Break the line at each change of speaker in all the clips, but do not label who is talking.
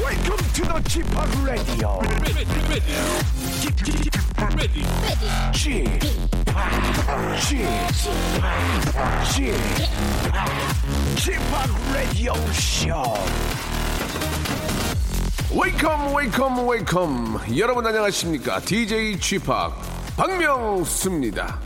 Welcome to the Chip Radio. Chip Chip Radio Show.
웨이컴 웨이컴 웨이컴 여러분 안녕하십니까 DJ g p 박명수입니다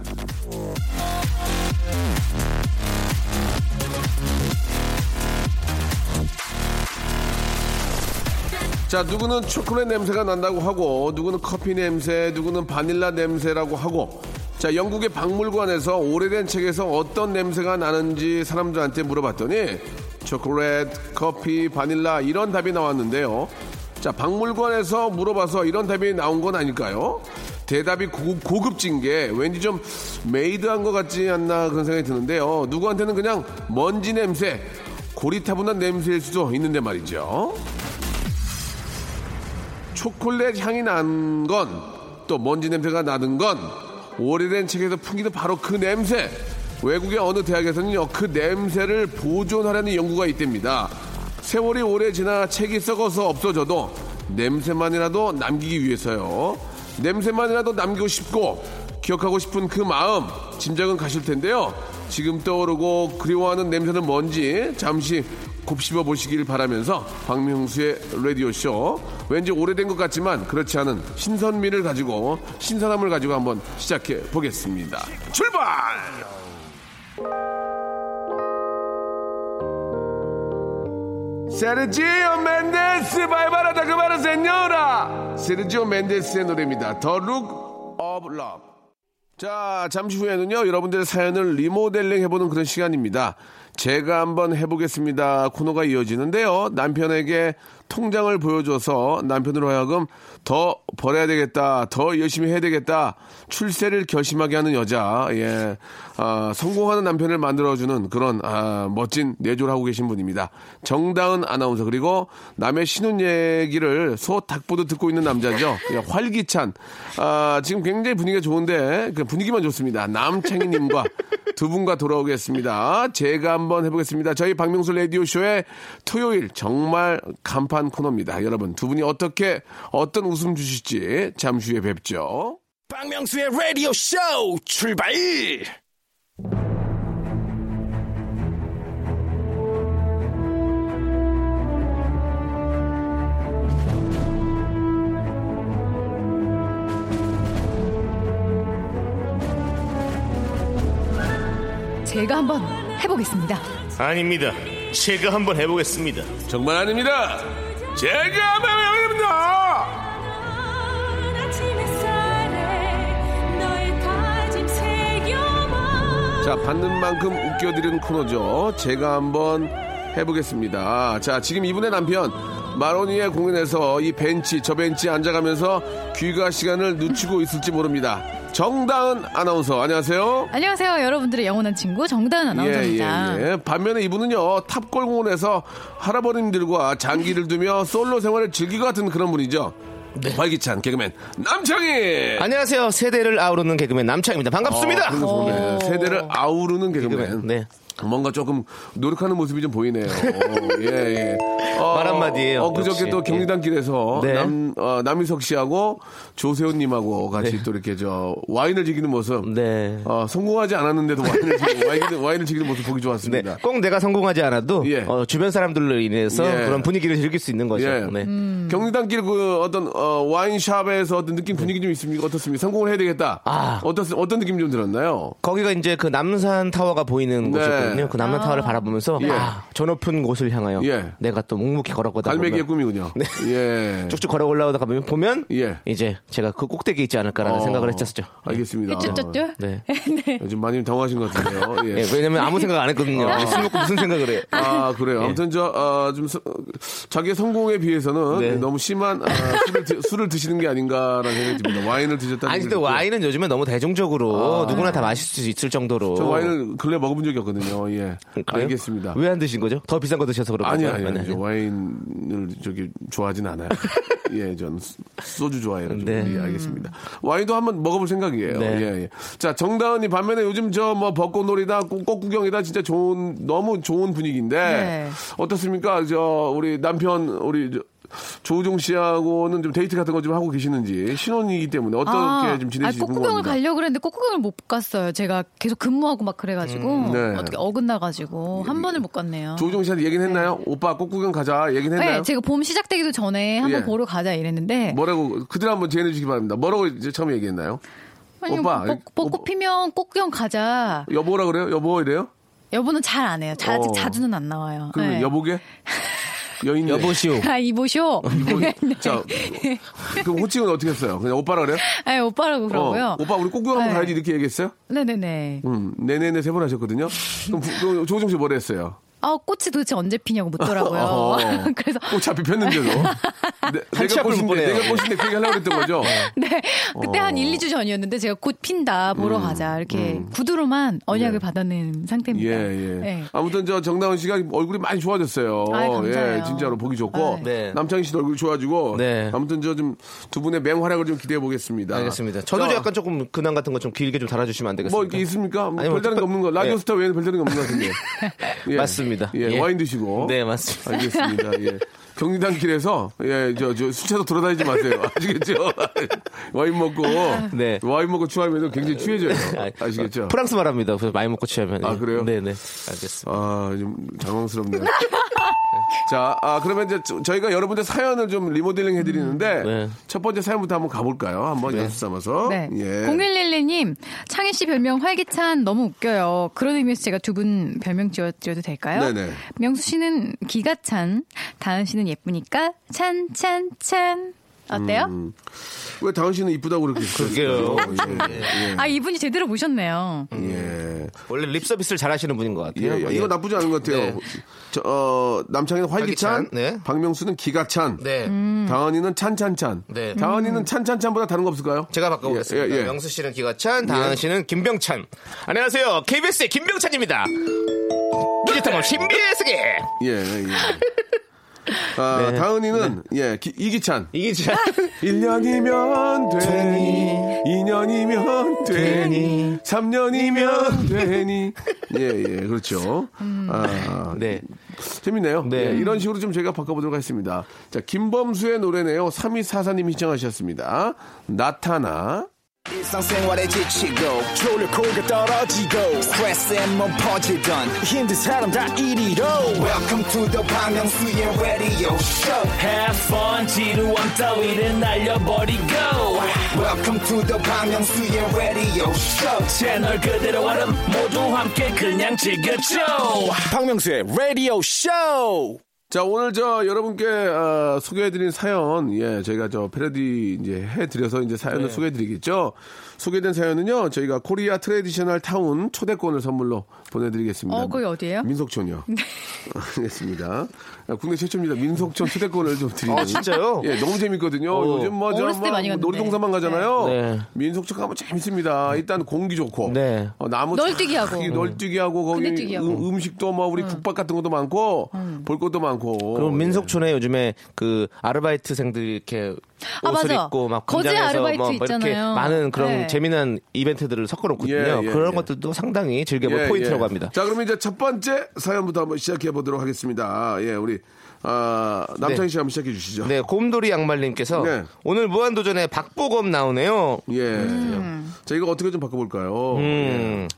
자 누구는 초콜릿 냄새가 난다고 하고 누구는 커피 냄새 누구는 바닐라 냄새라고 하고 자 영국의 박물관에서 오래된 책에서 어떤 냄새가 나는지 사람들한테 물어봤더니 초콜릿 커피 바닐라 이런 답이 나왔는데요 자 박물관에서 물어봐서 이런 답이 나온 건 아닐까요 대답이 고급, 고급진 게 왠지 좀 메이드한 것 같지 않나 그런 생각이 드는데요 누구한테는 그냥 먼지 냄새 고리타분한 냄새일 수도 있는데 말이죠. 초콜릿 향이 난 건 또 먼지 냄새가 나는 건 오래된 책에서 풍기는 바로 그 냄새 외국의 어느 대학에서는요 그 냄새를 보존하라는 연구가 있답니다 세월이 오래 지나 책이 썩어서 없어져도 냄새만이라도 남기기 위해서요 냄새만이라도 남기고 싶고 기억하고 싶은 그 마음 짐작은 가실 텐데요 지금 떠오르고 그리워하는 냄새는 뭔지 잠시 곱씹어 보시길 바라면서 박명수의 라디오쇼 왠지 오래된 것 같지만 그렇지 않은 신선미를 가지고 신선함을 가지고 한번 시작해 보겠습니다 출발 세르지오 멘데스 발바라다 그바라 세뇨라 세르지오 멘데스의 노래입니다 더 룩 오브 러브 자, 잠시 후에는요, 여러분들의 사연을 리모델링 해보는 그런 시간입니다. 제가 한번 해보겠습니다. 코너가 이어지는데요. 남편에게 통장을 보여줘서 남편으로 하여금 더 벌어야 되겠다, 더 열심히 해야 되겠다, 출세를 결심하게 하는 여자, 예. 아, 성공하는 남편을 만들어주는 그런, 아, 멋진 내조를 하고 계신 분입니다. 정다은 아나운서, 그리고 남의 신혼 얘기를 소 닭보듯 듣고 있는 남자죠. 예, 활기찬. 아, 지금 굉장히 분위기가 좋은데, 그 분위기만 좋습니다. 남창희님과 두 분과 돌아오겠습니다. 제가 한번 해보겠습니다. 저희 박명수 라디오쇼의 토요일 정말 간판 코너입니다. 여러분, 두 분이 어떻게, 어떤 웃음 주실지 잠시 후에 뵙죠.
박명수의 Radio Show 출발.
제가 한번 해보겠습니다.
아닙니다. 제가 한번 해보겠습니다.
정말 아닙니다. 제가 한번 해보겠습니다. 자, 받는 만큼 웃겨드리는 코너죠. 제가 한번 해보겠습니다. 자, 지금 이분의 남편, 마로니의 공연에서 이 벤치, 저 벤치 앉아가면서 귀가 시간을 늦추고 있을지 모릅니다. 정다은 아나운서, 안녕하세요.
안녕하세요. 여러분들의 영원한 친구 정다은 아나운서입니다.
예, 예, 예. 반면에 이분은요 탑골공원에서 할아버님들과 장기를 두며 솔로 생활을 즐길 것 같은 그런 분이죠.
네.
활기찬 개그맨 남창희.
네. 안녕하세요. 세대를 아우르는 개그맨 남창입니다. 반갑습니다.
어, 그런 거 좋네. 세대를 아우르는 개그맨.
개그맨, 네.
뭔가 조금 노력하는 모습이 좀 보이네요. 어, 예, 예. 어,
말 한마디예요.
어, 그저께
역시.
또 경리단 길에서
네.
남, 어, 남희석 씨하고 조세호님하고 같이 또 이렇게 저 와인을 즐기는 모습.
네.
어, 성공하지 않았는데도 와인을, 즐기는, 와인을, 와인을 즐기는 모습 보기
네,
좋았습니다.
꼭 내가 성공하지 않아도
예.
어, 주변 사람들로 인해서
예.
그런 분위기를 즐길 수 있는 거죠.
예.
네.
경리단길 그 어떤 어, 와인샵에서 어떤 느낌 분위기 좀 있습니까? 어떻습니까? 성공을 해야 되겠다.
아.
어떤 어떤 느낌 좀 들었나요?
거기가 이제 그 남산 타워가 보이는
네,
곳이거든요. 있거든요. 그 남란 타워를 바라보면서
예.
아, 저 높은 곳을 향하여
예.
내가 또 묵묵히 걸어가다
갈매기의
보면
꿈이군요. 예.
쭉쭉 걸어 올라오다 보면 보면
예.
이제 제가 그 꼭대기에 있지 않을까라는
어,
생각을 했었죠.
알겠습니다.
쭈쭈쭈.
네.
요즘 많이 당황하신 것 같은데요. 예.
예, 왜냐면 아무 생각 안 했거든요. 술 먹고 무슨 생각을 해.
어. 아 그래요.
예.
아무튼 저좀 자기의 성공에 비해서는
네.
너무 심한 아, 술을, 드, 술을 드시는 게 아닌가라는 생각이 듭니다. 와인을 드셨다는.
아니
얘기를
근데
듣고.
와인은 요즘에 너무 대중적으로 누구나 다 마실 수 있을 정도로.
아. 저 와인을 근래 먹어본 적이 없거든요. 예.
그래요?
알겠습니다.
왜 안 드신 거죠? 더 비싼 거 드셔서 그런
아니
거예요?
아니
아니면
아니
아니에요?
와인을 저기 좋아하진 않아요. 예, 전 소- 소주 좋아해요. 좀.
네.
예, 알겠습니다. 와인도 한번 먹어볼 생각이에요.
네.
예, 예. 자, 정다은이 반면에 요즘 저 뭐 벚꽃놀이다, 꽃- 꽃구경이다 진짜 좋은 너무 좋은 분위기인데
네.
어떻습니까? 저 우리 남편 우리 저, 조우종 씨하고는 좀 데이트 같은 거 좀 하고 계시는지 신혼이기 때문에 어떻게
아,
좀 지내시는지
아니, 꽃구경을
궁금합니다.
가려고 그랬는데 꽃구경을 못 갔어요. 제가 계속 근무하고 막 그래가지고
네. 예,
어떻게 어긋나가지고 한 번을 못 갔네요.
조우종 씨한테 얘기는 했나요? 오빠 꽃구경 가자. 얘기는 했나요?
네, 제가 봄 시작되기도 전에 한번
예.
보러 가자 이랬는데
뭐라고 그들 한번 제안해 주시기 바랍니다. 뭐라고 이제 처음 얘기했나요?
아니,
오빠,
벚-
오빠.
벚꽃 피면 꽃구경 가자.
여보라 그래요? 여보 이래요?
여보는 잘 안 해요. 자,
어.
아직 자주는 안 나와요.
그러면
네.
여보게? 여인
네. 여보시오.
네.
아 이보쇼.
어, 자, 그럼 호칭은 어떻게 했어요? 그냥 오빠라 그래요?
네, 오빠라고 그러고요.
어, 오빠 우리 꼬꾸랑 한번
네.
가야지 이렇게 얘기했어요?
네네네.
음, 네네네 세 번 하셨거든요. 그럼, 부- 그럼 조우정 씨 뭐라 했어요?
아 꽃이 도대체 언제 피냐고
어.
묻더라고요. 그래서
꽃이 앞에 폈는데도. 네,
한치
내가
앞을
꽃인데,
못 보네요.
내가 꽃인데 그 얘기 하려고 그랬던 거죠?
네 그때
어.
한 1, 2주 전이었는데 제가 곧 핀다 보러 가자 이렇게 구두로만 언약을
음, 예.
받아낸 상태입니다.
예, 예.
네.
아무튼 저 정다은 씨가 얼굴이 많이 좋아졌어요.
아이, 감사해요.
예, 진짜로 보기 좋고.
아이.
네.
남창희 씨도 얼굴이 좋아지고.
네.
아무튼 저 좀 두 분의 맹활약을 좀 기대해 보겠습니다.
알겠습니다. 저도 약간 조금 근황 같은 거 좀 길게 좀 달아주시면 안 되겠습니까?
아. 뭐 이렇게 있습니까? 뭐
아니, 뭐
별다른 게
특별-
없는 거. 라디오
예.
스타 외에는 별다른 게 없는 것 같은데. 예.
맞습니다.
예,
예.
와인 드시고.
네 맞습니다.
알겠습니다. 예. 경리단 길에서 예, 저, 저, 수채도 돌아다니지 마세요. 아시겠죠? 와인 먹고.
네.
와인 먹고 취하면 굉장히 취해져요. 어, 아시겠죠?
프랑스 말합니다. 그래서 많이 먹고 취하면.
아, 그래요?
네네. 알겠습니다.
아, 좀 당황스럽네요. 자, 아, 그러면 이제 저- 저희가 여러분들 사연을 좀 리모델링 해드리는데
네.
첫 번째 사연부터 한번 가볼까요? 한번 연습 삼아서.
네.
예.
0112님, 창희 씨 별명 활기찬 너무 웃겨요. 그런 의미에서 제가 두 분 별명 지어드려도 될까요?
네네.
명수 씨는 기가 찬, 다은 씨는 예쁘니까 찬, 찬, 찬. 어때요?
음. 왜 다은 씨는 이쁘다고 그렇게
그러게요.
그러셨어요? 예. 예.
아, 이분이 제대로 보셨네요.
예.
원래 립 서비스를 잘하시는 분인 것
예,
같아요.
예. 이거 나쁘지 않은 것 같아요.
네.
저, 어, 남창이는 활기찬,
활기찬, 네.
박명수는 기가찬,
네.
다은이는 찬찬찬.
네.
다은이는 찬찬찬보다 다른 거 없을까요?
제가
예,
바꿔보겠습니다. 명수 씨는 기가찬, 다은 씨는 김병찬. 안녕하세요. KBS의 김병찬입니다. 디지털 신비의 세계.
예, 예, 예. 아,
네.
다은이는 예, 기- 이기찬.
이게 진짜
1년이면 되니, 2년이면 되니,
되니,
3년이면 되니. 예, 예, 그렇죠. 아,
네.
재밌네요.
네.
예, 이런 식으로 좀 저희가 바꿔보도록 하겠습니다. 자, 김범수의 노래네요. 3244님이 신청하셨습니다. 나타나.
일상생활에 지치고, 졸려 코가 떨어지고, 스트레스에 몸 퍼지던, 힘든 사람 다 이리로. welcome to the Bang Myung-soo's radio show
Have fun 지루한 따위를 날려버리고
welcome to the Bang Myung-soo's radio show
채널 그대로 와름 모두 함께 그냥 즐겨줘
박명수의 라디오 쇼.
자, 오늘 저 여러분께 아, 소개해드린 사연, 예, 저희가 저 패러디 이제 해드려서 이제 사연을
네.
소개해드리겠죠. 소개된 사연은요, 저희가 코리아 트레디셔널 타운 초대권을 선물로 보내드리겠습니다.
어, 거기 어디예요? 네.
민속촌이요. 알겠습니다. 아, 국내 최초입니다. 민속촌 초대권을 좀 드리는.
아, 진짜요?
예, 너무 재밌거든요.
어.
요즘 뭐, 저
어렸을 때
막
많이 갔는데.
놀이동산만 가잖아요.
네.
민속촌 가면 재밌습니다. 일단 공기 좋고.
네.
어, 나무
널뛰기
쫙
하고.
널뛰기 하고, 거기
근데 뛰기 하고.
음- 음식도 막 우리 국밥 같은 것도 많고, 볼 것도 많고.
그럼 민속촌에 요즘에 그 아르바이트생들 이렇게
아,
옷을
맞아.
입고 막
거제
공장에서
아르바이트
뭐 이렇게
있잖아요.
많은 그런
네.
재미난 이벤트들을 섞어놓거든요.
예, 예,
그런
예.
것들도 상당히 즐겨볼
예,
뭐 포인트라고
예.
합니다.
자, 그럼 이제 첫 번째 사연부터 한번 시작해 보도록 하겠습니다. 예, 우리 아, 남창희 씨 한번 시작해 주시죠.
네, 곰돌이 양말님께서
네.
오늘 무한도전에 박보검 나오네요.
예.
음.
자, 이거 어떻게 좀 바꿔볼까요?
음,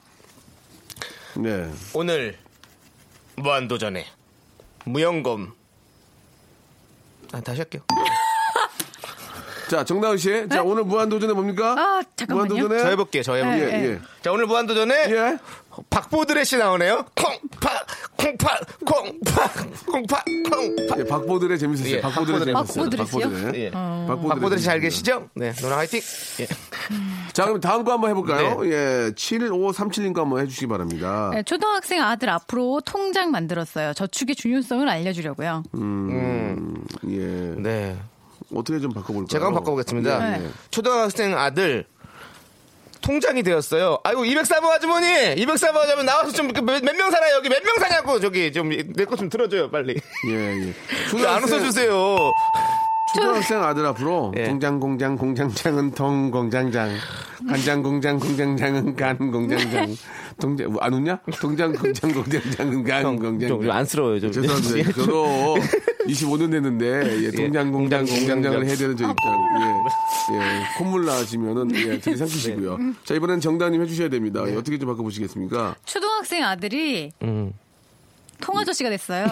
예. 네.
오늘 무한도전에 무영검. 아, 다시 할게요.
자, 정다은 씨. 자, 오늘 무한도전에 뭡니까?
네? 아, 잠깐만요.
무한도전에.
저 해볼게요, 저 해볼게요.
예, 예.
자, 오늘 무한도전에
예.
박보드레 씨 나오네요. 콩팥, 콩팥, 콩팥, 콩팥, 콩팥.
예, 박보드레 재밌었어요.
예,
박보드레
박보드레
재밌었어요.
박보드레 씨요?
예.
박보드레
박보드레 씨
재밌었어요.
잘 계시죠? 네, 노랑 화이팅. 예.
자, 그럼 다음 거 한번 해볼까요?
네.
예, 7537님 거 한번 해주시기 바랍니다.
네, 초등학생 아들 앞으로 통장 만들었어요. 저축의 중요성을 알려주려고요.
예.
네.
어떻게 좀 바꿔볼까요? 예,
제가 한번 바꿔보겠습니다.
네.
초등학생 아들 통장이 되었어요. 아이고 204번 아주머니, 204번 아주머니 나와서 좀 몇 명 살아요 여기 몇 명 사냐고 저기 좀 내 거 좀 들어줘요 빨리.
예,
네.
예.
안 웃어주세요.
초등학생 아들 앞으로
예.
공장 공장 공장장은 통 공장장 간장 공장 공장장은 간 공장장 동장 안 웃냐? 동장 공장 공장장은 간 공장장
좀 안쓰러워요 좀.
죄송합니다. 저도 25년 됐는데 예, 동장 공장 공장장을 해야 되는 저 입장. 예, 예, 콧물 나시면은 예, 되게 상키시고요.
네.
자 이번엔 정다님 해주셔야 됩니다. 예, 어떻게 좀 바꿔보시겠습니까?
초등학생 아들이
음.
통아저씨가 됐어요.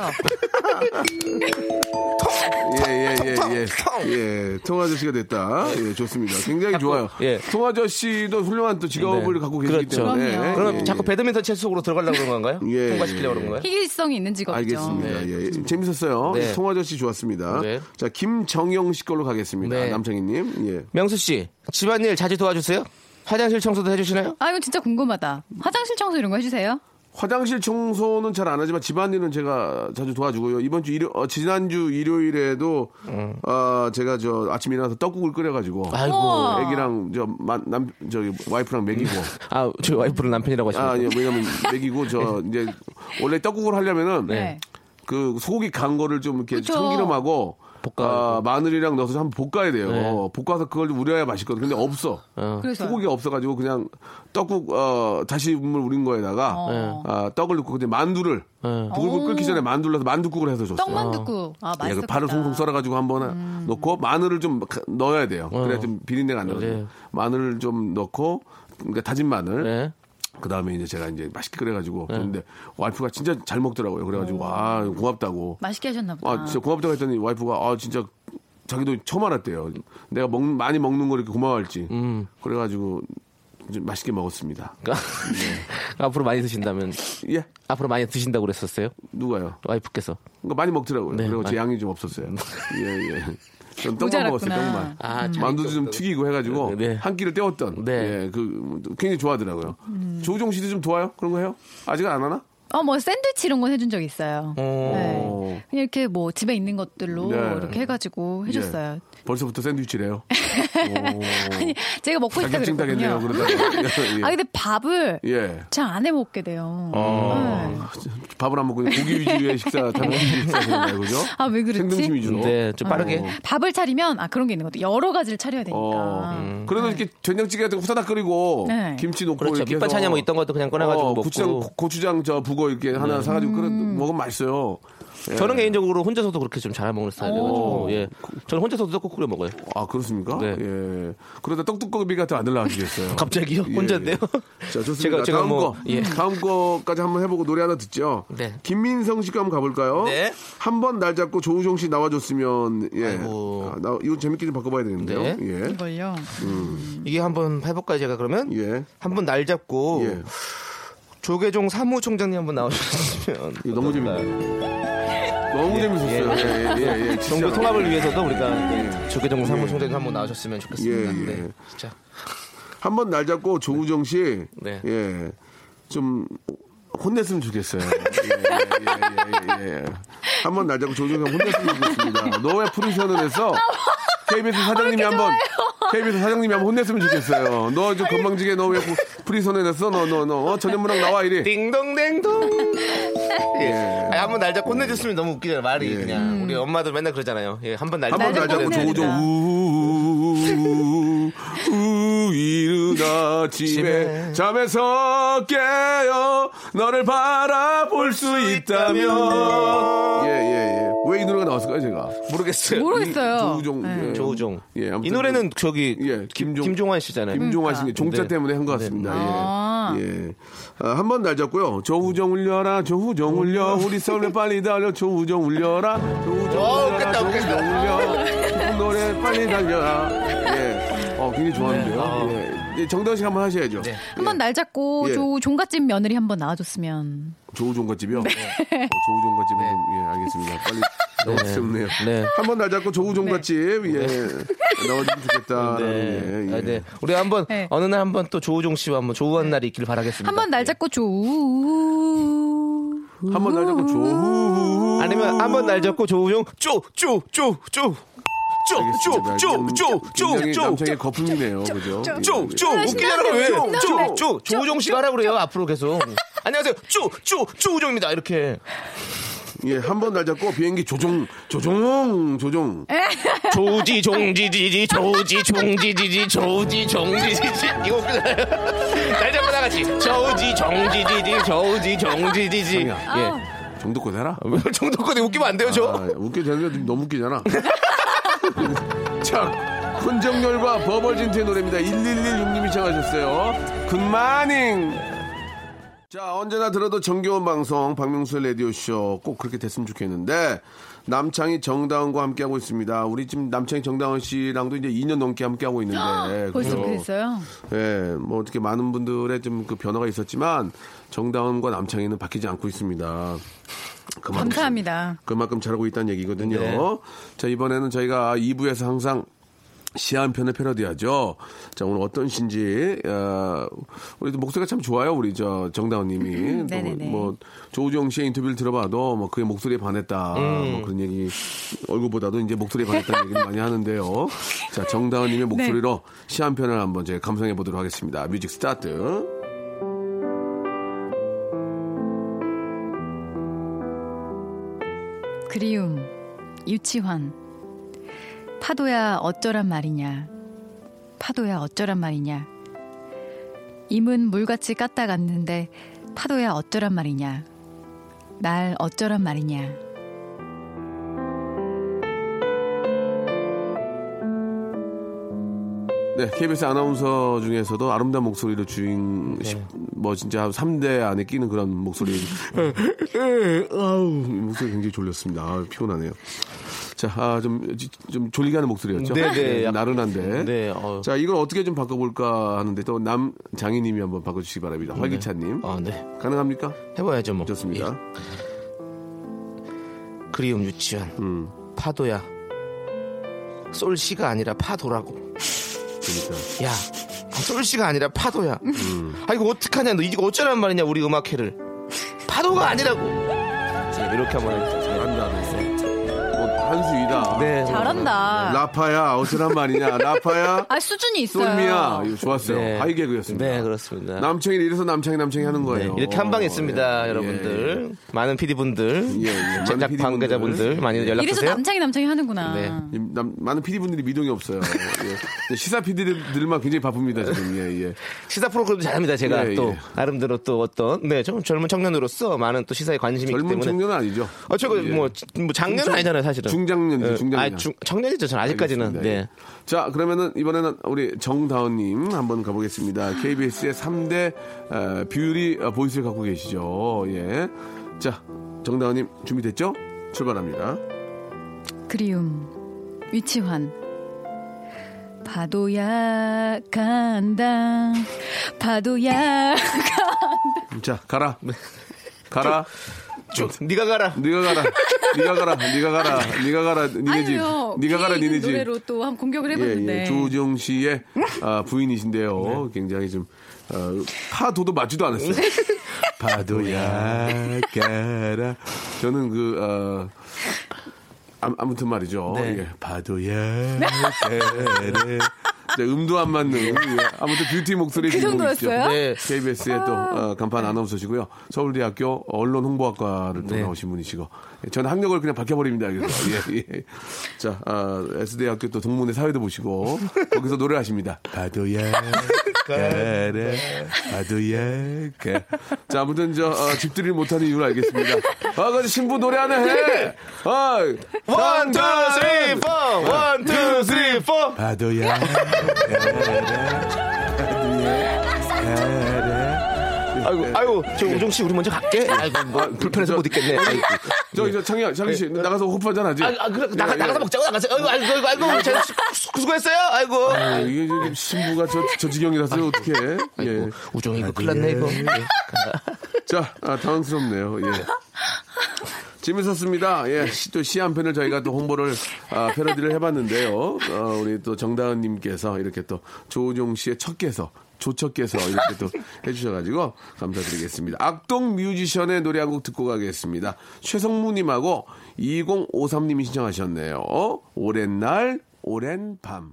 예예예 예, 예, 예. 통아저씨가 됐다. 예 좋습니다. 굉장히 좋아요.
예.
통아저씨도 훌륭한 또 직업을
네.
갖고 계시기
그렇죠.
때문에
그럼요.
그럼
예, 예.
자꾸 배드민턴 채 속으로 들어가려고 그런 건가요?
예,
통과시키려고
예,
그런 거예요?
희귀성이 있는 직업이죠.
알겠습니다. 예, 예. 재밌었어요.
네.
통아저씨 좋았습니다.
네.
자 김정영 씨 걸로 가겠습니다.
네.
남창희님 예.
명수 씨 집안일 자주 도와주세요. 화장실 청소도 해주시나요?
아, 이거 진짜 궁금하다. 화장실 청소 이런 거 해주세요.
화장실 청소는 잘 안 하지만 집안일은 제가 자주 도와주고요. 이번 주 일요 어, 지난주 일요일에도 아, 제가 저 아침에 일어나서 떡국을 끓여가지고
음. 아이고.
애기랑 저남 저기 와이프랑 먹이고
아, 저희 와이프를 남편이라고 하시는
아,
거
예, 왜냐면 먹이고 저 이제 원래 떡국을 하려면은
네. 그렇죠.
그 소고기 간 거를 좀 이렇게
그쵸.
참기름하고
볶아가지고.
아, 마늘이랑 넣어서 한번 볶아야 돼요.
네.
볶아서 그걸 좀 우려야 맛있거든. 근데 없어.
그래서
소고기가 없어가지고 그냥 떡국 어, 다시 물 우린 거에다가
어. 네.
아, 떡을 넣고 근데 만두를 불국 끓기 전에 만두를 넣어서 만두국을 해서 줬어요.
떡만 듣고 아
예, 그
맛있겠다. 음.
파를 송송 썰어가지고 한번 넣고 마늘을 좀 가- 넣어야 돼요. 그래야 좀 비린내가 안 나거든요.
네.
맞아요.
마늘을 좀 넣고 그러니까 다진 마늘.
네.
그 다음에 이제 제가 이제 맛있게 끓여가지고 그런데 와이프가 진짜 잘 먹더라고요. 그래가지고 와 고맙다고.
맛있게 하셨나 보다.
아 진짜 고맙다고 했더니 와이프가 아 진짜 자기도 처음 알았대요. 내가 먹 많이 먹는 걸 이렇게 고마워할지.
음.
그래가지고 이제 맛있게 먹었습니다.
네. 앞으로 많이 드신다면
예
앞으로 많이 드신다고 그랬었어요?
누가요?
와이프께서.
그러니까 많이 먹더라고요.
네,
그리고 제
많이. 음.
양이 좀 없었어요. 예 예. 전 떡만
모자랐구나.
먹었어요. 떡만.
아, 참.
만두도 좀 튀기고 해가지고
네.
한 끼를 때웠던.
네.
예, 그 굉장히 좋아하더라고요.
음.
조종 씨도 좀 도와요? 그런 거 해요? 아직 안 하나?
어뭐 샌드위치 이런 건 해준 적 있어요.
오.
네. 그냥 이렇게 뭐 집에 있는 것들로
네.
이렇게 해가지고 해줬어요.
예. 벌써부터 샌드위치래요.
아니 제가 먹고 싶다
자격증 따겠네요.
그랬거든요.
예. 그러다.
아 근데 밥을
예. 예.
잘 안 해 먹게 돼요. 네.
어, 밥을 안 먹고 그냥 고기 위주의 식사, 단백질 식사 그런가요, 그죠?
아, 왜 그랬지?
생등심 위주로.
네, 좀 빠르게.
어.
밥을 차리면 아 그런 게 있는 것도 여러 가지를 차려야 되니까.
어. 그래도 이렇게 된장찌개 같은 거 후다닥 끓이고
그러니까. 네.
김치 넣고
그렇죠.
이렇게
밑반찬이
해서 어,
뭐 있던 것도 그냥 꺼내가지고 네. 먹고.
고추장, 고, 추장저 북어 이렇게 하나 사가지고 끓여
음.
먹으면 맛있어요. 예.
저는 개인적으로 혼자서도 그렇게 좀 잘 먹는 스타일이어가지고 예. 저는 혼자서도 떡국 끓여 먹어요.
아 그렇습니까?
네.
예. 그러다 떡두꺼비 같은 아들 나와주겠어요.
갑자기요?
예,
혼자인데요?
예. 자 좋습니다.
제가- 제가
다음
뭐,
거
예.
다음 거까지 한번 해보고 노래 하나 듣죠.
네.
김민성 씨가 한번 가볼까요?
네.
한번 날 잡고 조우종 씨 나와줬으면 예.
아이고.
아, 나 이거 재밌게 좀 바꿔봐야 되는데요.
네.
예.
이걸요.
이게 한번 해볼까요, 제가 그러면?
예.
한번 날 잡고
예.
조계종 사무총장님 한번 나오셨으면
이거 너무 재밌네요. 너무 재밌었어요. 예, 예, 예. 진짜.
예. 정부 통합을 위해서도 우리가 예. 조계종 사무총장님 한번 나오셨으면 좋겠습니다.
예, 예.
네, 진짜.
한번 날 잡고 조우정 씨,
네.
예, 좀 혼냈으면 좋겠어요. 예, 예, 예, 예, 예. 한번 날 잡고 조우정 씨 혼냈으면 좋겠습니다. 너의 프루션을 해서 KBS 사장님이
아,
한번 KBS 사장님이 한번 혼냈으면 좋겠어요. 너 좀 건방지게 너 왜 프리선에 냈어? 너 너 너 어, 전현무랑 나와 이리.
띵동댕동. 예.
예.
아니, 한번 날짜 꼰내줬으면 너무 웃기잖아요. 말이
예.
그냥 우리 엄마들 맨날 그러잖아요. 예, 한번 날짜
한번 날
날짜
잡고
혼내야
조우정
된다.
우우우우 일어나 집에
집에.
잠에서 깨어 너를 바라볼 수 있다면 예예예. 왜 이 노래가 나왔을까요, 제가?
모르겠어요. 음,
모르겠어요.
조우종.
네.
예.
조우종.
예, 아무튼
이 노래는 저기
예, 김종-
김종, 환 씨잖아요.
김종환 씨 종자
네.
때문에 한 것 같습니다. 예.
그렇구나.
예. 아, 한번 날 잡고요. 조우정 울려라, 조우정 울려.
음.
우리 썸네 빨리 달려, 조우정 울려라. 조우정
어,
울려라,
웃겠다, 웃겠다.
조우정 울려. 조국 노래 빨리 달려라. 예. 어, 굉장히
네.
좋아하는데요. 예. 예. 정다은 씨한번 하셔야죠.
한번 날 잡고
예. 음,
조 종갓집 며느리 한번 나와줬으면.
조우종갓집이요? 어, 조우종갓집은 좀, 예, 알겠습니다. 빨리 나왔었네요.
네. 네.
한번 날 잡고 조우종갓집, 예, 나와주면 좋겠다.
네.
예, 예.
아, 네. 우리 한번
네.
어느 날 한번 또 조우종 씨와 한번 조우한 날이 있길 바라겠습니다.
한번
예.
날 잡고 조.
한번 날 잡고 조우.
예. 아니면 한번 날 잡고 조우종
굉장히 남성의
쪼쪼쪼쪼쪼쪼쪼쪼쪼쪼쪼쪼쪼
거품이네요. 그죠? 예, 예.
네, 웃기잖아 왜?
신나네.
쪼쪼 조우종 씨가 하라 그래요 앞으로 계속. 안녕하세요. 쪼쪼 조우종입니다. 이렇게
예, 한 번 날 잡고 비행기 조종, 조종, 조종.
조지 종지지지 조지 종지지지 조지 종지지지 이거 웃기잖아요. 날 잡고 다 같이 조지 종지지지 조지 종지지지 예.
정도껏 해라.
왜 정도까지 웃기면 안 돼요 저?
아, 웃게 되는 게 너무 웃기잖아. 자, 훈정열과 버벌진트의 노래입니다. 1116님이 청하셨어요. 굿마닝! 자, 언제나 들어도 정겨운 방송, 박명수의 라디오쇼. 꼭 그렇게 됐으면 좋겠는데, 남창희 정다은과 함께하고 있습니다. 우리 지금 남창희 정다은 씨랑도 이제 2년 넘게 함께하고 있는데.
아,
그래서
벌써 그랬어요?
예, 뭐 어떻게 많은 분들의 좀 그 변화가 있었지만 정다운과 남창희는 바뀌지 않고 있습니다. 그만큼,
감사합니다.
그만큼 잘하고 있다는 얘기거든요.
네.
자, 이번에는 저희가 2부에서 항상 시 한 편을 패러디하죠. 자, 오늘 어떤 시인지, 어, 우리도 목소리가 참 좋아요. 우리 저 정다운 님이. 또
네네네.
뭐, 조우정 씨의 인터뷰를 들어봐도 뭐 그의 목소리에 반했다.
음.
뭐 그런 얘기, 얼굴보다도 이제 목소리에 반했다는 얘기를 많이 하는데요. 자, 정다운 님의 목소리로
네.
시 한 편을 한번 제가 감상해 보도록 하겠습니다. 뮤직 스타트.
그리움, 유치환. 파도야 어쩌란 말이냐. 파도야 어쩌란 말이냐. 임은 물같이 깠다 갔는데 파도야 어쩌란 말이냐. 날 어쩌란 말이냐.
네, KBS 아나운서 중에서도 아름다운 목소리로
네.
주인, 십- 뭐 진짜 3대 안에 끼는 그런 목소리. 아우, 목소리 굉장히 졸렸습니다. 아, 피곤하네요. 자, 아, 좀, 지- 좀 졸리게 하는 목소리였죠?
네, 네, 약간
나른한데.
네, 어.
자, 이걸 어떻게 좀 바꿔볼까 하는데 또 남장희님이 한번 바꿔주시기 바랍니다. 활기차님.
아, 네.
가능합니까?
해봐야죠 뭐.
좋습니다.
예. 그리움 유치원.
음,
파도야. 솔씨가 아니라 파도라고.
그러니까.
야. 아, 솔씨가 아니라 파도야.
음.
아 이거 어떡하냐 너 이거 어쩌란 말이냐 우리 음악회를. 파도가 아니라고. 자, 이렇게 한번 해주세요.
네. 잘한다, 너. 뭐, 한수이다.
네.
잘한다.
라파야, 어쩌란 말이냐. 라파야,
아 수준이 있어요.
솔미야. 이거 좋았어요.
네.
하이 개그였습니다.
네 그렇습니다.
남청이 이래서 남창이 남창이 하는
네,
거예요.
이렇게 한 방 있습니다,
예,
여러분들. 많은 PD분들,
예, 예. 많은 PD
제작
분들.
관계자분들 많이 연락
이래서
주세요.
남창이 남창이 하는구나.
네.
예. 이 남- 많은 PD분들이 미동이 없어요. 예. 시사 PD들만 굉장히 바쁩니다, 지금. 예, 예.
시사 프로그램도 잘합니다. 제가
예,
또
예.
나름대로 또 어떤 네, 좀 젊은 청년으로서 많은 또 시사에 관심이 있기
젊은
때문에
청년은 아니죠.
어, 제가
예.
뭐, 뭐 작년은
중-
아니잖아요, 사실은.
중장년이죠,
예.
중장년.
아, 중, 청년이죠. 전 아직까지는.
알겠습니다.
네.
예. 자, 그러면은 이번에는 우리 정다은님 한번 가보겠습니다. KBS의 3대 뷰리 어, 보이스를 갖고 계시죠. 예. 자, 정다은님 준비됐죠? 출발합니다.
그리움 위치환 파도야 간다 파도야
자, 가라.
네.
가라. 예.
쭉, 네가 가라.
네가 가라. 네가 가라. 네가 가라. 네가 가라. 니네 집.
아니요
네가 가라.
비에 있는
니네 집.
노래로 또 한 공격을
예,
해봤는데 네.
예. 조우정 씨의 아, 부인이신데요. 굉장히 좀 어, 파도도 맞지도 않았어요.
네.
파도야 가라. 저는 그 어, 아, 아무튼 말이죠.
네.
예. 파도야 가라. 네, 음도 안 맞는 예. 아무튼 뷰티 목소리
그
지니고
정도였어요? 아.
네.
KBS의 또 어, 간판 아나운서시고요. 서울대학교 언론홍보학과를 또
네.
나오신 분이시고 예, 저는 학력을 그냥 바뀌어버립니다. 그래서 예, 예. 자 아, S대학교 또 동문회 사회도 보시고 거기서 노래를 하십니다. 가도야 가래 가도야 가자 아무튼 저 어, 집들이를 못하는 이유를 알겠습니다. 아 근데 신부 노래 하나 해. 아,
원, 투, 쓰리, 포! 원, 투, 쓰리, 포!
파도야 가래 가래
아이고, 아이고, 저 우정 씨 우리 먼저 갈게. 아이고, 뭐, 불편해서 못 있겠네. 아이고.
저기 저 창희 창희 씨 나가서 호프 한잔 하지.
아, 아 그래 나가
예,
나가서
예.
먹자고 나가서 어, 아이고 아이고 아이고 아이고 제가 수, 수, 수고했어요 아이고
아, 이게 지금 신부가 저, 저
아,
지경이라서 어떻게? 예.
우정이 이거 큰일 났네 이거
자, 아, 당황스럽네요. 예. 재밌었습니다. 예, 시- 또 시 한 편을 저희가 또 홍보를 아, 패러디를 해봤는데요. 어, 우리 또 정다은님께서 이렇게 또 조우종 씨의 첫께서 조척께서 이렇게 또 해주셔가지고 감사드리겠습니다. 악동 뮤지션의 노래 한 곡 듣고 가겠습니다. 최성무님하고 2053님이 신청하셨네요. 어? 오랜 날, 오랜 밤.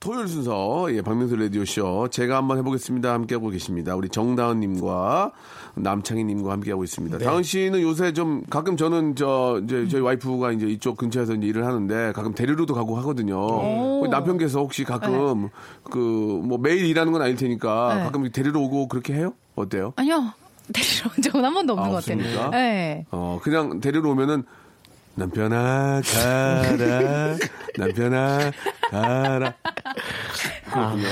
토요일 순서 예, 박명수 라디오 쇼 제가 한번 해보겠습니다 함께하고 계십니다 우리 정다은님과 남창희님과 함께하고 있습니다 다은 씨는 요새 좀 가끔 저는 저 이제 저희 와이프가 이제 이쪽 근처에서 이제 일을 하는데 가끔 대리로도 가고 하거든요 우리 남편께서 혹시 가끔 그 뭐 매일 일하는 건 아닐 테니까
네.
가끔 대리로 오고 그렇게 해요 어때요
아니요. 데리러 온 적은 한 번도 없는
아,
것 같아요.
없습니까?
네.
어 그냥 대리로 오면은 남편아 가라 남편아 가라 그렇군요.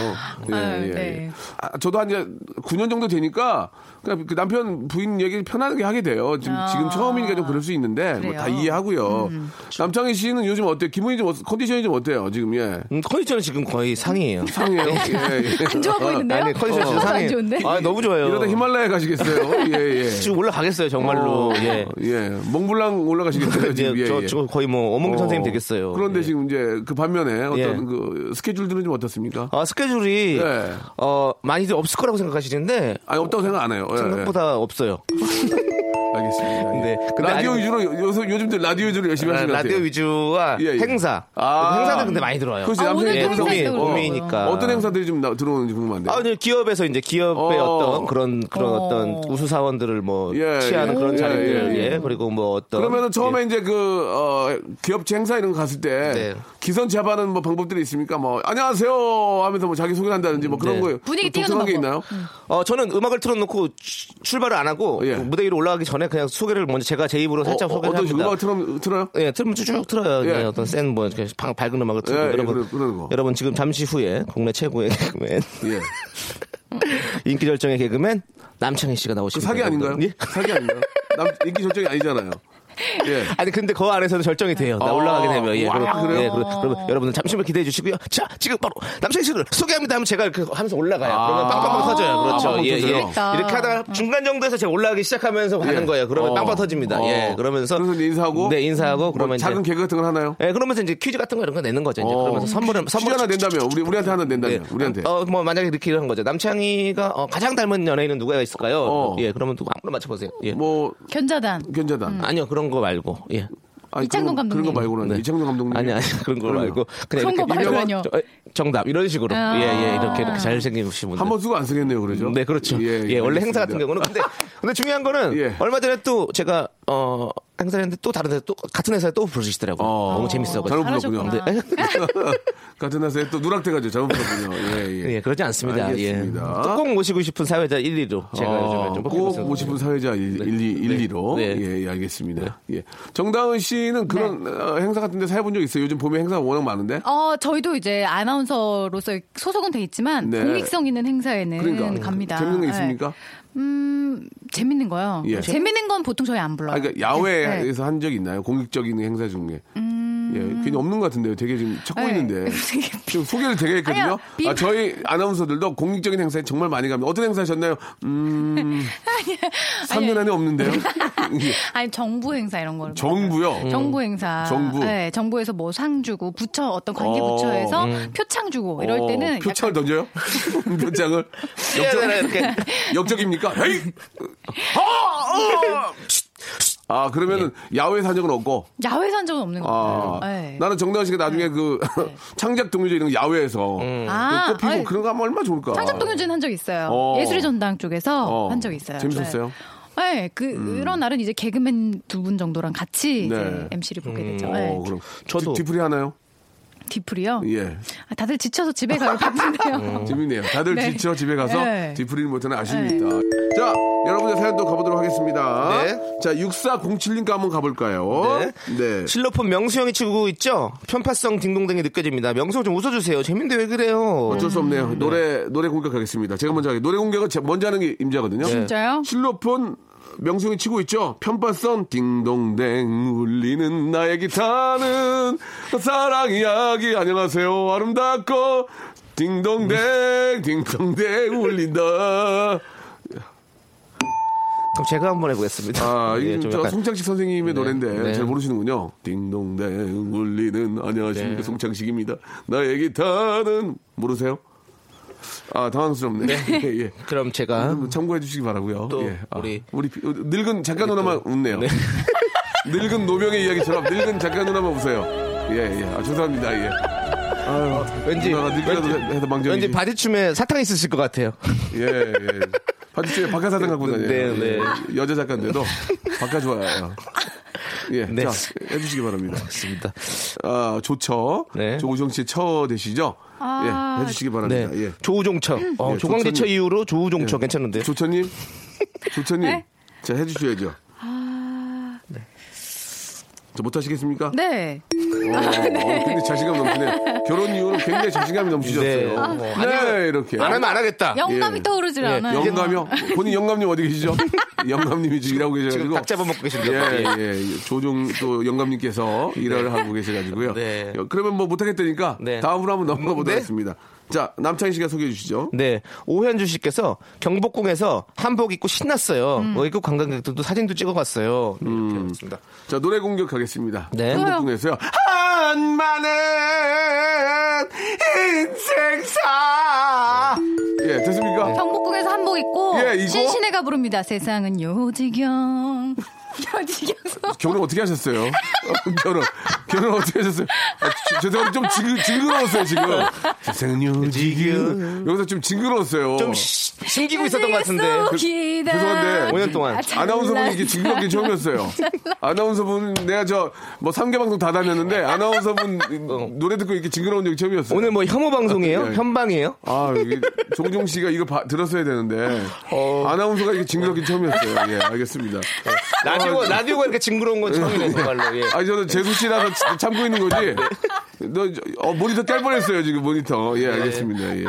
예,
아유,
예,
네.
예. 아, 저도 한 이제 9년 정도 되니까 그냥 그 남편 부인 얘기를 편하게 하게 돼요. 지금,
아.
지금 처음이니까 좀 그럴 수 있는데 뭐 다
그래요. 음,
이해하고요. 남창희 씨는 요즘 어때요? 기분이 좀 어떠- 컨디션이 좀 어때요? 지금 예.
음, 컨디션은 지금 거의 상이에요 네.
상해요. 예, 예.
네. 안 좋아 보이는데요? 어,
아니 컨디션
하나도
지금
안
상이에요
좋은데?
아 너무 좋아요 네.
이러다 히말라야 가시겠어요. 예, 예.
지금 올라가겠어요 정말로
어,
예
예. 몽블랑 올라가시겠어요.
이제
지금 예,
저,
예.
저 거의 뭐 어몽
어,
선생님 되겠어요
그런데
예.
지금 이제 그 반면에 어떤
예.
그 스케줄들은 좀 어떻습니까?
아 스케줄이
예.
어 많이들 없을 거라고 생각하시는데
아니 없다고 생각 안 해요. 예, 예.
생각보다 없어요
알겠습니다. 예.
뭐 네. 근데
라디오
아니-
위주로 요- 요새 요즘들 라디오 위주로 열심히 하시는 것 같아요.
라디오 위주와
예, 예.
행사
아.
행사들 근데 많이 들어와요
그렇지,
아,
남편이
오늘
또
행사
행사-
있다고
어,
그러니까.
어떤 행사들이 좀 나- 들어오는지 궁금한데.
아, 근데 기업에서 이제 기업의
어.
어. 떤 그런 그런
어.
어. 떤 우수 사원들을 뭐
예,
취하는
예.
그런
예,
자리들
예,
예,
예.
그리고 뭐 어떤
그러면은 처음에
예.
이제 그 어, 기업체 행사 이런 거 갔을 때
네.
기선 제압하는 뭐 방법들이 있습니까? 뭐 안녕하세요 하면서 뭐 자기 소개를 한다든지 뭐 그런
네.
거예요.
분위기
독특한
띄우는
게
방법.
있나요?
어 저는 음악을 틀어놓고 추- 출발을 안 하고
예.
무대 위로 올라가기 전에 그냥 소개를 먼저 제가 제 입으로 살짝
어, 어,
소개를
어떤 식으로
합니다.
음악 틀어, 틀어요?
예, 틀면 쭉쭉 틀어요.
예.
예, 어떤 센뭐 이렇게 방- 밝은 음악을 틀고
예, 예,
여러분,
그래, 그러는 거.
여러분 지금 잠시 후에 국내 최고의 개그맨
예.
인기 절정의 개그맨 남창희 씨가
그
나오십니다.
사기 아닌가요?
예?
사기 아닌가요? 남 인기 절정이 아니잖아요. 예.
아니 근데 그 안에서는 절정이 돼요. 나
아,
올라가게 되면 예,
와,
그럼-
그래요?
예, 그럼- 그러면 여러분들 잠시만 기대해 주시고요. 자 지금 바로 남창희 씨를 소개합니다 하면 제가 이렇게 하면서 올라가요. 그러면 빵빵빵 터져요. 그렇죠.
아. 빵빵
예, 예.
터져요.
이렇게 하다가 중간 정도에서 제가 올라가기 시작하면서 가는 거예요. 그러면
어.
빵빵 터집니다. 예
어.
그러면서
그래서 이제 인사하고?
네 인사하고
뭐
그러면 이제
작은 개그 같은 걸 하나요?
예 그러면서 이제 퀴즈 같은 거 이런 거 내는 거죠. 이제
어.
그러면서 선물을
퀴즈
선물
하나 낸다며 우리 우리한테 하나 낸다며
예.
우리한테
어, 뭐, 만약에 이렇게 한 거죠. 남창희가 어, 가장 닮은 연예인은 누가 있을까요?
어.
예, 그러면 누구 아무나 맞춰보세요. 예.
뭐
견자단.
견자다
아니요, 그런 거 말고. 예.
아니,
음. 이창동
그런 거- 그런 거
감독님.
말고는
네.
이창동 감독님
아니 아니 그런 거
그럼요.
말고
그런
그냥
거
이렇게
말고요.
유명한- 저- 정답 이런 식으로
아.
예예 이렇게 이렇게 잘생기신 분들
한번 쓰고 안 쓰겠네요 그러죠
네 그렇죠 예, 원래 행사 같은 경우는 근데 근데 중요한 거는
예.
얼마 전에 또 제가 어 행사를 했는데 또 다른 데서 또 같은 회사에 또 부르시더라고요
어.
너무 재밌어
잘못
가지고 네.
불렀군요
잘하셨구나.
같은 회사에 또 누락돼가지고 잘못 불렀군요 예예
예 그러지 않습니다
알겠습니다. 어,
예. 꼭 모시고 싶은 사회자 1위로 제가 요즘에 좀 뽑히고
아, 꼭
있어서.
50분 사회자 1,
네.
1, 2로
네.
예, 예, 알겠습니다. 예. 정다은 씨는 그런 어, 행사 같은 데서 해본 적 있어요? 요즘 봄에 행사가 워낙 많은데?
네. 어, 저희도 이제 아나운서로서 소속은 돼 있지만
네.
공익성 있는 행사에는
그러니까.
갑니다.
재밌는 게
네.
있습니까?
음, 재밌는 거요. 아,
예.
재밌는 건 보통 저희 안 불러요.
아, 그러니까
네. 음.
야외에서 한 적 있나요? 공익적인 행사 중에. 예, 괜히 없는 것 같은데요. 되게 지금 찾고
네.
있는데. 지금 소개를 되게 했거든요.
아니요, 비-
아, 저희 아나운서들도 공익적인 행사에 정말 많이 갑니다. 어떤 행사 하셨나요? 음, 3년 안에 없는데요. 예.
아니 정부 행사 이런 걸. 음.
정부요.
정부 행사.
정부.
네, 정부에서 뭐 상 주고 부처 어떤 관계
어,
부처에서 표창 주고 이럴
어,
때는 네,
표창을 던져요? 표창을?
예,
역적,
이렇게
역적입니까? 에이! 어! 아, 그러면은 야외 사정은 없고.
약간 야외 산 적은 없는 것
아,
같아요. 네.
나는 정다은 씨가 나중에 그 창작 동료제 이런 거 야외에서
아,
꽃 피고
아니,
그런 거 하면 얼마나 좋을까.
상작동요제는 한 적 있어요.
어.
예술의 전당 쪽에서
어.
한 적 있어요.
재밌었어요? 음.
네, 네, 그, 그런 날은 이제 개그맨 두 분 정도랑 같이
네.
이제 MC를 보게 되죠.
어,
네.
그럼
저도.
저도 뒤풀이 하나요?
뒤풀이요?
예. 음.
아, 다들 지쳐서 집에 가고 바쁜데요.
재밌네요. 다들
네.
지쳐 집에 가서
네.
뒤풀이를 못하는 아쉬움이
네.
있다. 자, 여러분들 사연 또 가보도록 하겠습니다.
네.
자, 6407님과 한번 가볼까요? 네.
실로폰 명수 형이 치고 있죠? 편파성 딩동댕이 느껴집니다. 명수 형좀 웃어주세요. 재밌는데 왜 그래요?
어쩔 수
음.
없네요. 노래, 노래 공격하겠습니다. 제가 먼저 하겠습니다. 노래 공격은 제- 먼저 하는 게 임자거든요.
진짜요?
실로폰 명성이 치고 있죠. 편파선 딩동댕 울리는 나의 기타는 사랑 이야기 안녕하세요 아름답고 딩동댕 딩동댕 울린다.
그럼 제가 한번 해보겠습니다.
아,
예,
이
좀
저
약간-
송창식 선생님의 노래인데
네.
잘 모르시는군요. 딩동댕 울리는 안녕하십니까
네.
송창식입니다. 나의 기타는 모르세요? 아 당황스럽네. 예, 예.
그럼 제가
좀 참고해 주시기 바라고요.
또
예. 아,
우리-
우리 피- 늙은 작가 누나만 웃네요. 늙은 노병의 이야기처럼 늙은 작가 누나만 웃어요. 예, 예. 아, 죄송합니다. 예. 아유,
왠지
누나가 늙기라도
왠지-
해서 망정이
왠지 바지춤에 사탕 있으실 것 같아요.
예, 예. 바깥에 바깥 사탕 갖고 다녀요.
네, 네.
예. 여자 작가인데도 바깥 좋아요. 예,
네.
자 해주시기 바랍니다.
맞습니다.
아, 조처,
네.
조우정 씨의 처 되시죠?
아.
예, 해주시기 바랍니다.
네.
예.
조우종처. 어,
예,
조광대처
조천이-
이후로 조우종처 괜찮은데요?
조처님, 조처님,
네? 아.
자 해주셔야죠. 네. 저 못하시겠습니까?
네.
어, 어, 굉장히 자신감 넘치네요. 결혼 이후로 굉장히 자신감이
네.
넘치셨어요.
아.
네,
아니면-
이렇게.
안 하면 안 하겠다.
영감이
예.
떠오르질 않아요.
영감이요?
네.
본인 영감님 어디 계시죠? 영감님이 지금 일하고
지금
계셔가지고.
닭 잡아먹고 계십니다.
예, 예. 조종 또 영감님께서 일을 하고 계셔가지고요.
네.
여- 그러면 뭐 못하겠다니까
네.
다음으로 한번 넘어가 보도록
네?
하겠습니다. 자, 남창희 씨가 소개해 주시죠.
네. 오현주 씨께서 경복궁에서 한복 입고 신났어요. 외국 관광객들도 사진도 찍어갔어요. 네, 이렇게
음.
하겠습니다.
자, 노래 공격하겠습니다.
네.
한국궁에서요. 한만의 인생사. 예, 됐습니까?
네. 경복궁에서 한복 입고
예, 이거?
신신애가 부릅니다. 세상은 요지경. 요지경. 선-
결혼 어떻게 하셨어요? 어, 결혼 결혼 어떻게 하셨어요? 아, 지- 죄송합니다 좀 징, 징그러웠어요 지금. 세상요 지금 여기서 좀 징그러웠어요.
좀 시- 숨기고 있었던 것 같은데.
속 기다.
죄송한데
5년 동안.
아, 참.
아나운서분 이렇게 징그럽게 처음이었어요. 아나운서분 내가 저 뭐 3개 방송 다 다녔는데 아나운서분 노래 듣고 이렇게 징그러운 적이 처음이었어요.
오늘 뭐 혐오 방송이에요?
네.
현방이에요?
아, 이게 종종 씨가 이거 봐- 들었어야 되는데 아나운서가 이렇게 징그럽게 처음이었어요. 예, 알겠습니다. 뭐,
라디오, 라디오가 이렇게 징그러운 건 처음이네, 정말로. 예.
아니 저는 재수 씨라서 참- 참고 있는 거지. 너 저- 어, 모니터 깰 뻔했어요 지금 모니터. 예 알겠습니다. 예.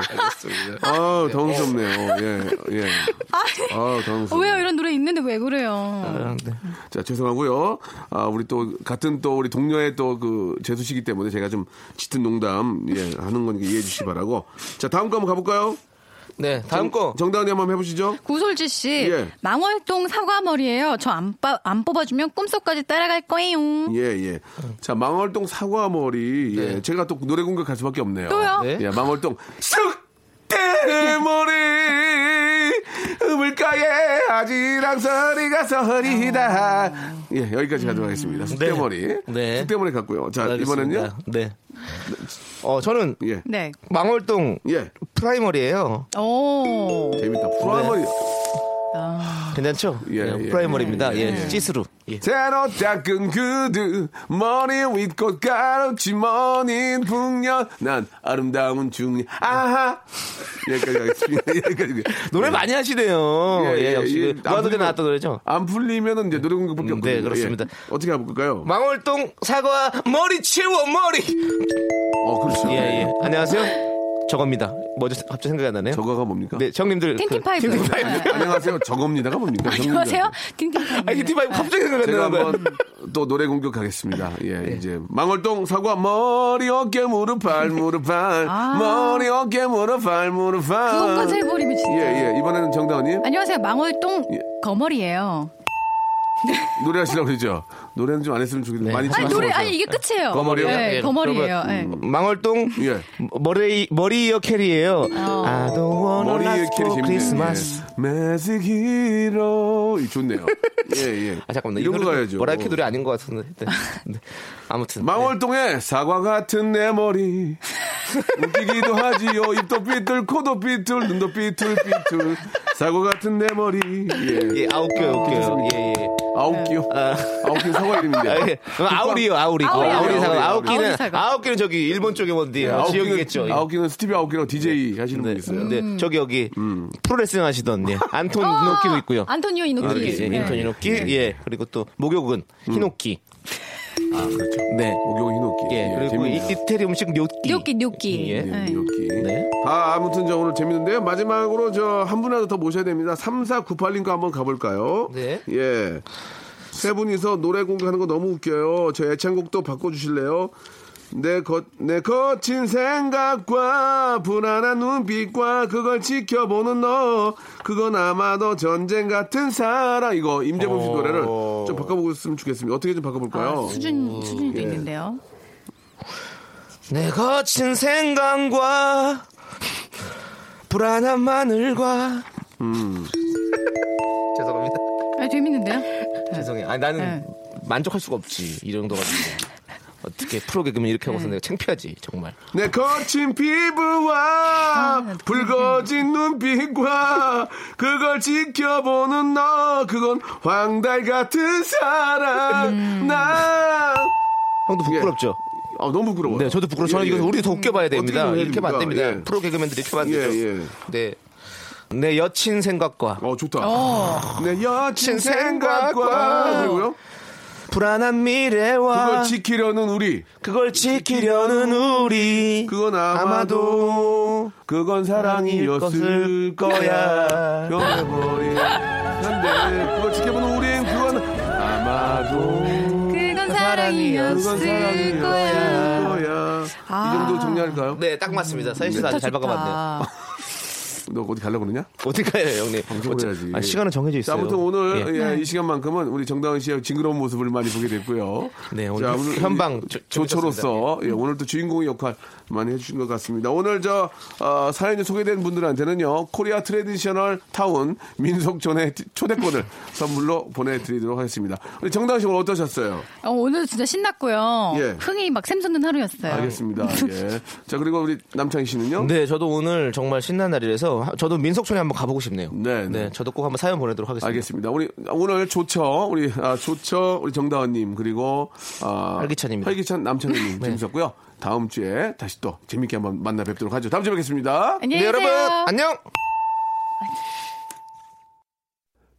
아 당황스럽네요. 예 예. 아
어, 왜요?
당황스럽.
이런 노래 있는데 왜 그래요?
아, 네.
자 죄송하고요. 아 우리 또 같은 또 우리 동료의 또 그 재수 씨기 때문에 제가 좀 짙은 농담 예 하는 거니까 이해해 주시기 바라고. 자 다음 거 한번 가볼까요?
네, 다음 거.
정다은이 한번 해보시죠.
구솔지 씨,
예.
망월동 사과머리예요. 저 안 뽑아주면 꿈속까지 따라갈 거예요.
예, 예. 자, 망월동 사과머리. 예. 제가 또 노래 공격할 수밖에 없네요.
또요?
네.
예, 망월동 쑥대머리 우물가에 아지랑 소리가 서리다. 예, 여기까지 가도록 하겠습니다. 쑥대머리.
네.
쑥대머리 갔고요. 자, 이번엔요?
알겠습니다. 네. 어, 저는
예.
네.
망월동
예.
프라이머리예요
오.
재밌다.
네.
프라이머리.
괜찮죠?
예,
네,
예.
프라이머리입니다. 예, 찌스루. 예.
새로 닦은 구두 머리 윗꽃 가로치 머닌 풍년 난 아름다운 중년 아하 여기까지 하겠습니다 여기까지
노래 많이 하시네요. 예, 역시
예.
그 무한도전에
안 풀리면-
나왔던 노래죠.
안 풀리면은 이제 노래 공격밖에
음,
없거든요
네, 그렇습니다.
예. 어떻게 해볼까요?
망월동 사과 머리 치워 머리.
어 그렇죠
예, 예. 안녕하세요. 저겁니다. 뭐죠? 갑자기 생각이 안 나네요.
저거가 뭡니까?
네, 형님들.
틴틴파이브. 네.
그, 틴틴파이브.
안녕하세요 저겁니다가 뭡니까?
안녕하세요.
아,
팅팅파입니다.
틴틴파이브 갑자기 생각이
네. 제가
안 나요.
한번 또 노래 공격하겠습니다. 예,
네.
이제 망월동 사과 머리 어깨 무릎 발 무릎 발 머리 어깨 무릎 발 무릎 발
아. 그것까지 해버리면 진짜.
예, 예. 이번에는 정다은님
안녕하세요. 망월동
예.
거머리예요.
노래하시라고 그러죠. 노래는 좀 안 했으면 좋겠는데
네.
많이 좀
아니
하시라고
노래
그러죠.
아니 이게 끝이에요.
거머리요? 음.
네,
예,
거머리예요.
그러면,
예.
망월동
예.
머리 머리 이어 캐리예요. 아, I don't wanna
머리에
last
캐리 재밌네요.
for
예.
Christmas.
매직 히로 이 좋네요. 예, 예.
아 잠깐만
이런 거 가야죠.
뭐라 캐 노래 아닌 것 같은데 네. 네. 아무튼
망월동의
네.
사과 같은 내 머리 웃기기도 하지요 입도 삐뚤 코도 삐뚤 눈도 삐뚤 삐뚤 사과 같은 내 머리 예.
예, 아 웃겨요 웃겨요 예예
아웃기요? 아웃기 사과 이름인데.
아, 예. 그럼 아우리요, 아우리.
아우리,
아우리,
아우리,
사과.
아우리. 아우리
아웃기는,
사과.
아웃기는 저기 일본 쪽에 어디 지역이겠죠. 예.
네, 아웃기는 스티비 아웃기랑 DJ 하시는
네,
분 있어요.
네, 저기 여기
음.
프로레슬링 하시던 예. 안톤
어.
이노키도 있고요.
안토니오 이노키.
예, 예, 인턴 이노키,
네.
예, 그리고 또 목욕은
음.
히노키. 아 그렇죠. 네,
오경 희노끼.
예, 그리고 이,
재밌네요.
이태리 음식 뇨끼.
뉴키 뉴키.
예.
네.
희노끼.
네.
아, 아무튼 저 오늘 재밌는데요. 마지막으로 저 한 분이라도 더 모셔야 됩니다. 3498님 거 한번 가볼까요?
네.
예. 세 분이서 노래 공개하는 거 너무 웃겨요. 저 애창곡도 바꿔주실래요? 내 거, 내 거친 생각과 불안한 눈빛과 그걸 지켜보는 너 그건 아마도 전쟁 같은 사랑 이거 임재범 씨
어.
노래를 좀 바꿔보셨으면 좋겠습니다. 어떻게 좀 바꿔볼까요?
아, 수준 수준도 있는데요.
내 거친 생각과 불안한 마늘과. 음. 죄송합니다.
아 재밌는데요?
죄송해. 아 나는 만족할 수가 없지 이 정도 가지고. 어떻게 프로 개그맨 이렇게 하고서 내가 창피하지 정말.
내 거친 피부와 붉어진 눈빛과 그걸 지켜보는 너 그건 황달 같은 사랑 나
형도 부끄럽죠.
아, 너무 예, 부끄러워.
예. 네, 저도 부끄러워. 저는 이거 우리 더 웃겨봐야 됩니다.
어떻게
이렇게 하면 안 됩니다.
됩니까? 예.
프로 개그맨들이 이렇게 하면 안
예,
되죠.
예.
네. 내 여친 생각과
어 좋다. 내 여친 생각과 그리고요.
불안한 미래와
그걸 지키려는 우리
그걸 지키려는 우리
그건 아마도, 그건 사랑이었을
것을
거야
거야.
변해버린 한데 그걸 지켜보는 우린 그건 아마도
그건 사랑이었을 거야. 아.
거야. 이 정도 정리할까요?
네 딱 맞습니다
음,
사실 아주 잘 박아봤네요
너 어디 가려고 그러냐?
어떡해요 형님
방송을
어째-
해야지.
아, 시간은 정해져
자,
있어요
아무튼 오늘
예.
예, 이 시간만큼은 우리 정다은 씨의 징그러운 모습을 많이 보게 됐고요.
네, 오늘 현방
우리
조-
조처로서 예, 오늘 또 주인공의 역할 많이 해주신 것 같습니다. 오늘 저 어, 사연이 소개된 분들한테는요. 코리아 트레디셔널 타운 민속촌의 초대권을 선물로 보내드리도록 하겠습니다. 우리 정다은 씨 오늘 어떠셨어요?
어, 오늘 진짜 신났고요.
예.
흥이 막 샘솟는 하루였어요.
알겠습니다. 예. 자 그리고 우리 남창희 씨는요?
아, 네 저도 오늘 정말 신난 날이라서 하- 저도 민속촌에 한번 가보고 싶네요
네, 네.
저도 꼭 한번 사연 보내도록 하겠습니다
알겠습니다. 우리 오늘 조처 우리 아, 조처 우리 정다은님 그리고 아,
활기찬입니다. 네.
활기찬 남창희님 재밌었고요. 다음 주에 다시 또 재밌게 한번 만나 뵙도록 하죠. 다음 주에 뵙겠습니다.
안녕히
네,
계세요.
여러분 안녕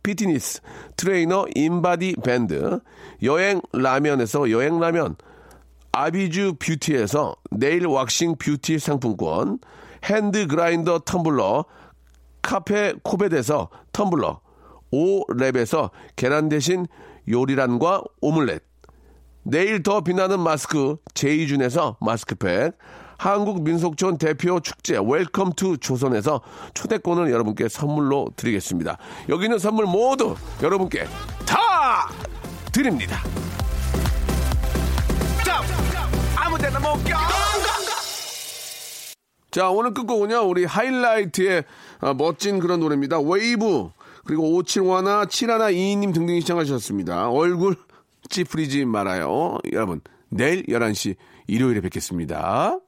피트니스, 트레이너 인바디 밴드, 여행 라면에서 여행 라면, 아비주 뷰티에서 네일 왁싱 뷰티 상품권, 핸드 그라인더 텀블러, 카페 코베에서 텀블러, 오랩에서 계란 대신 요리란과 오믈렛, 내일 더 빛나는 마스크 제이준에서 마스크팩, 한국 민속촌 대표 축제 웰컴 투 조선에서 초대권을 여러분께 선물로 드리겠습니다. 여기 있는 선물 모두 여러분께 다 드립니다. 자, 오늘 끝곡은요, 우리 하이라이트의 아, 멋진 그런 노래입니다. 웨이브, 그리고 571, 7122님 등등이 시청하셨습니다. 얼굴 찌푸리지 말아요. 여러분, 내일 11시 일요일에 뵙겠습니다.